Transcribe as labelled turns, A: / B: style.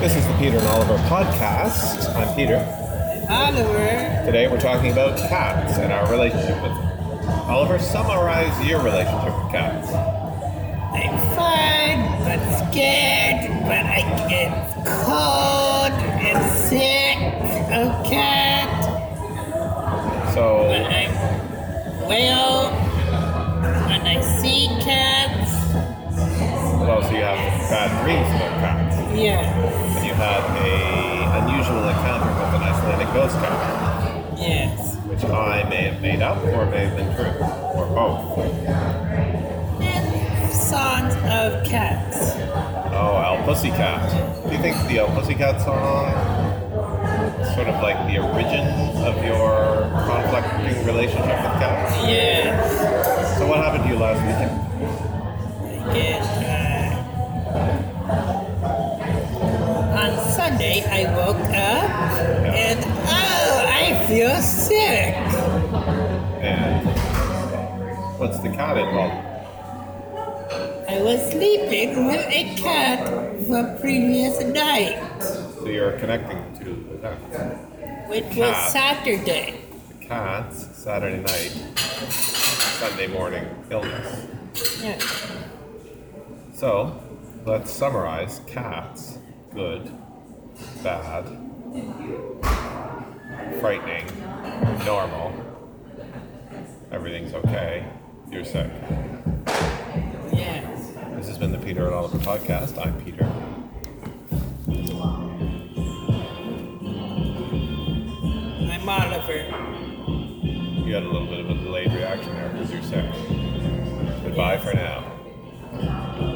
A: This is the Peter and Oliver podcast. I'm Peter.
B: Oliver.
A: Today we're talking about cats and our relationship with them. Oliver, summarize your relationship with cats.
B: I'm fine, but scared, but I get cold and sick. Oh, cat. But
A: So,
B: I'm well when I see cats.
A: well, so you have bad dreams about cats,
B: Yeah.
A: and you had a unusual encounter with an Icelandic ghost cat,
B: Yes.
A: which I may have made up or may have been true, or both.
B: And songs of cats.
A: Oh, El Pussycat. Do you think the El Pussycat song is sort of like the origin of your conflicting relationship with cats?
B: Yes.
A: So what happened to you last weekend?
B: I get. Uh, on Sunday, I woke up and oh, I feel sick.
A: And what's the cat involved?
B: I was sleeping with a cat the previous night,
A: So you're connecting to the cats.
B: which was
A: Cat.
B: Saturday.
A: The cats, Saturday night, Sunday morning illness.
B: Yeah.
A: So let's summarize cats. Good, bad, frightening, normal. Everything's okay. You're sick.
B: Yes.
A: This has been the Peter and Oliver podcast. I'm Peter.
B: I'm Oliver.
A: You had a little bit of a delayed reaction there because you're sick. Goodbye for now.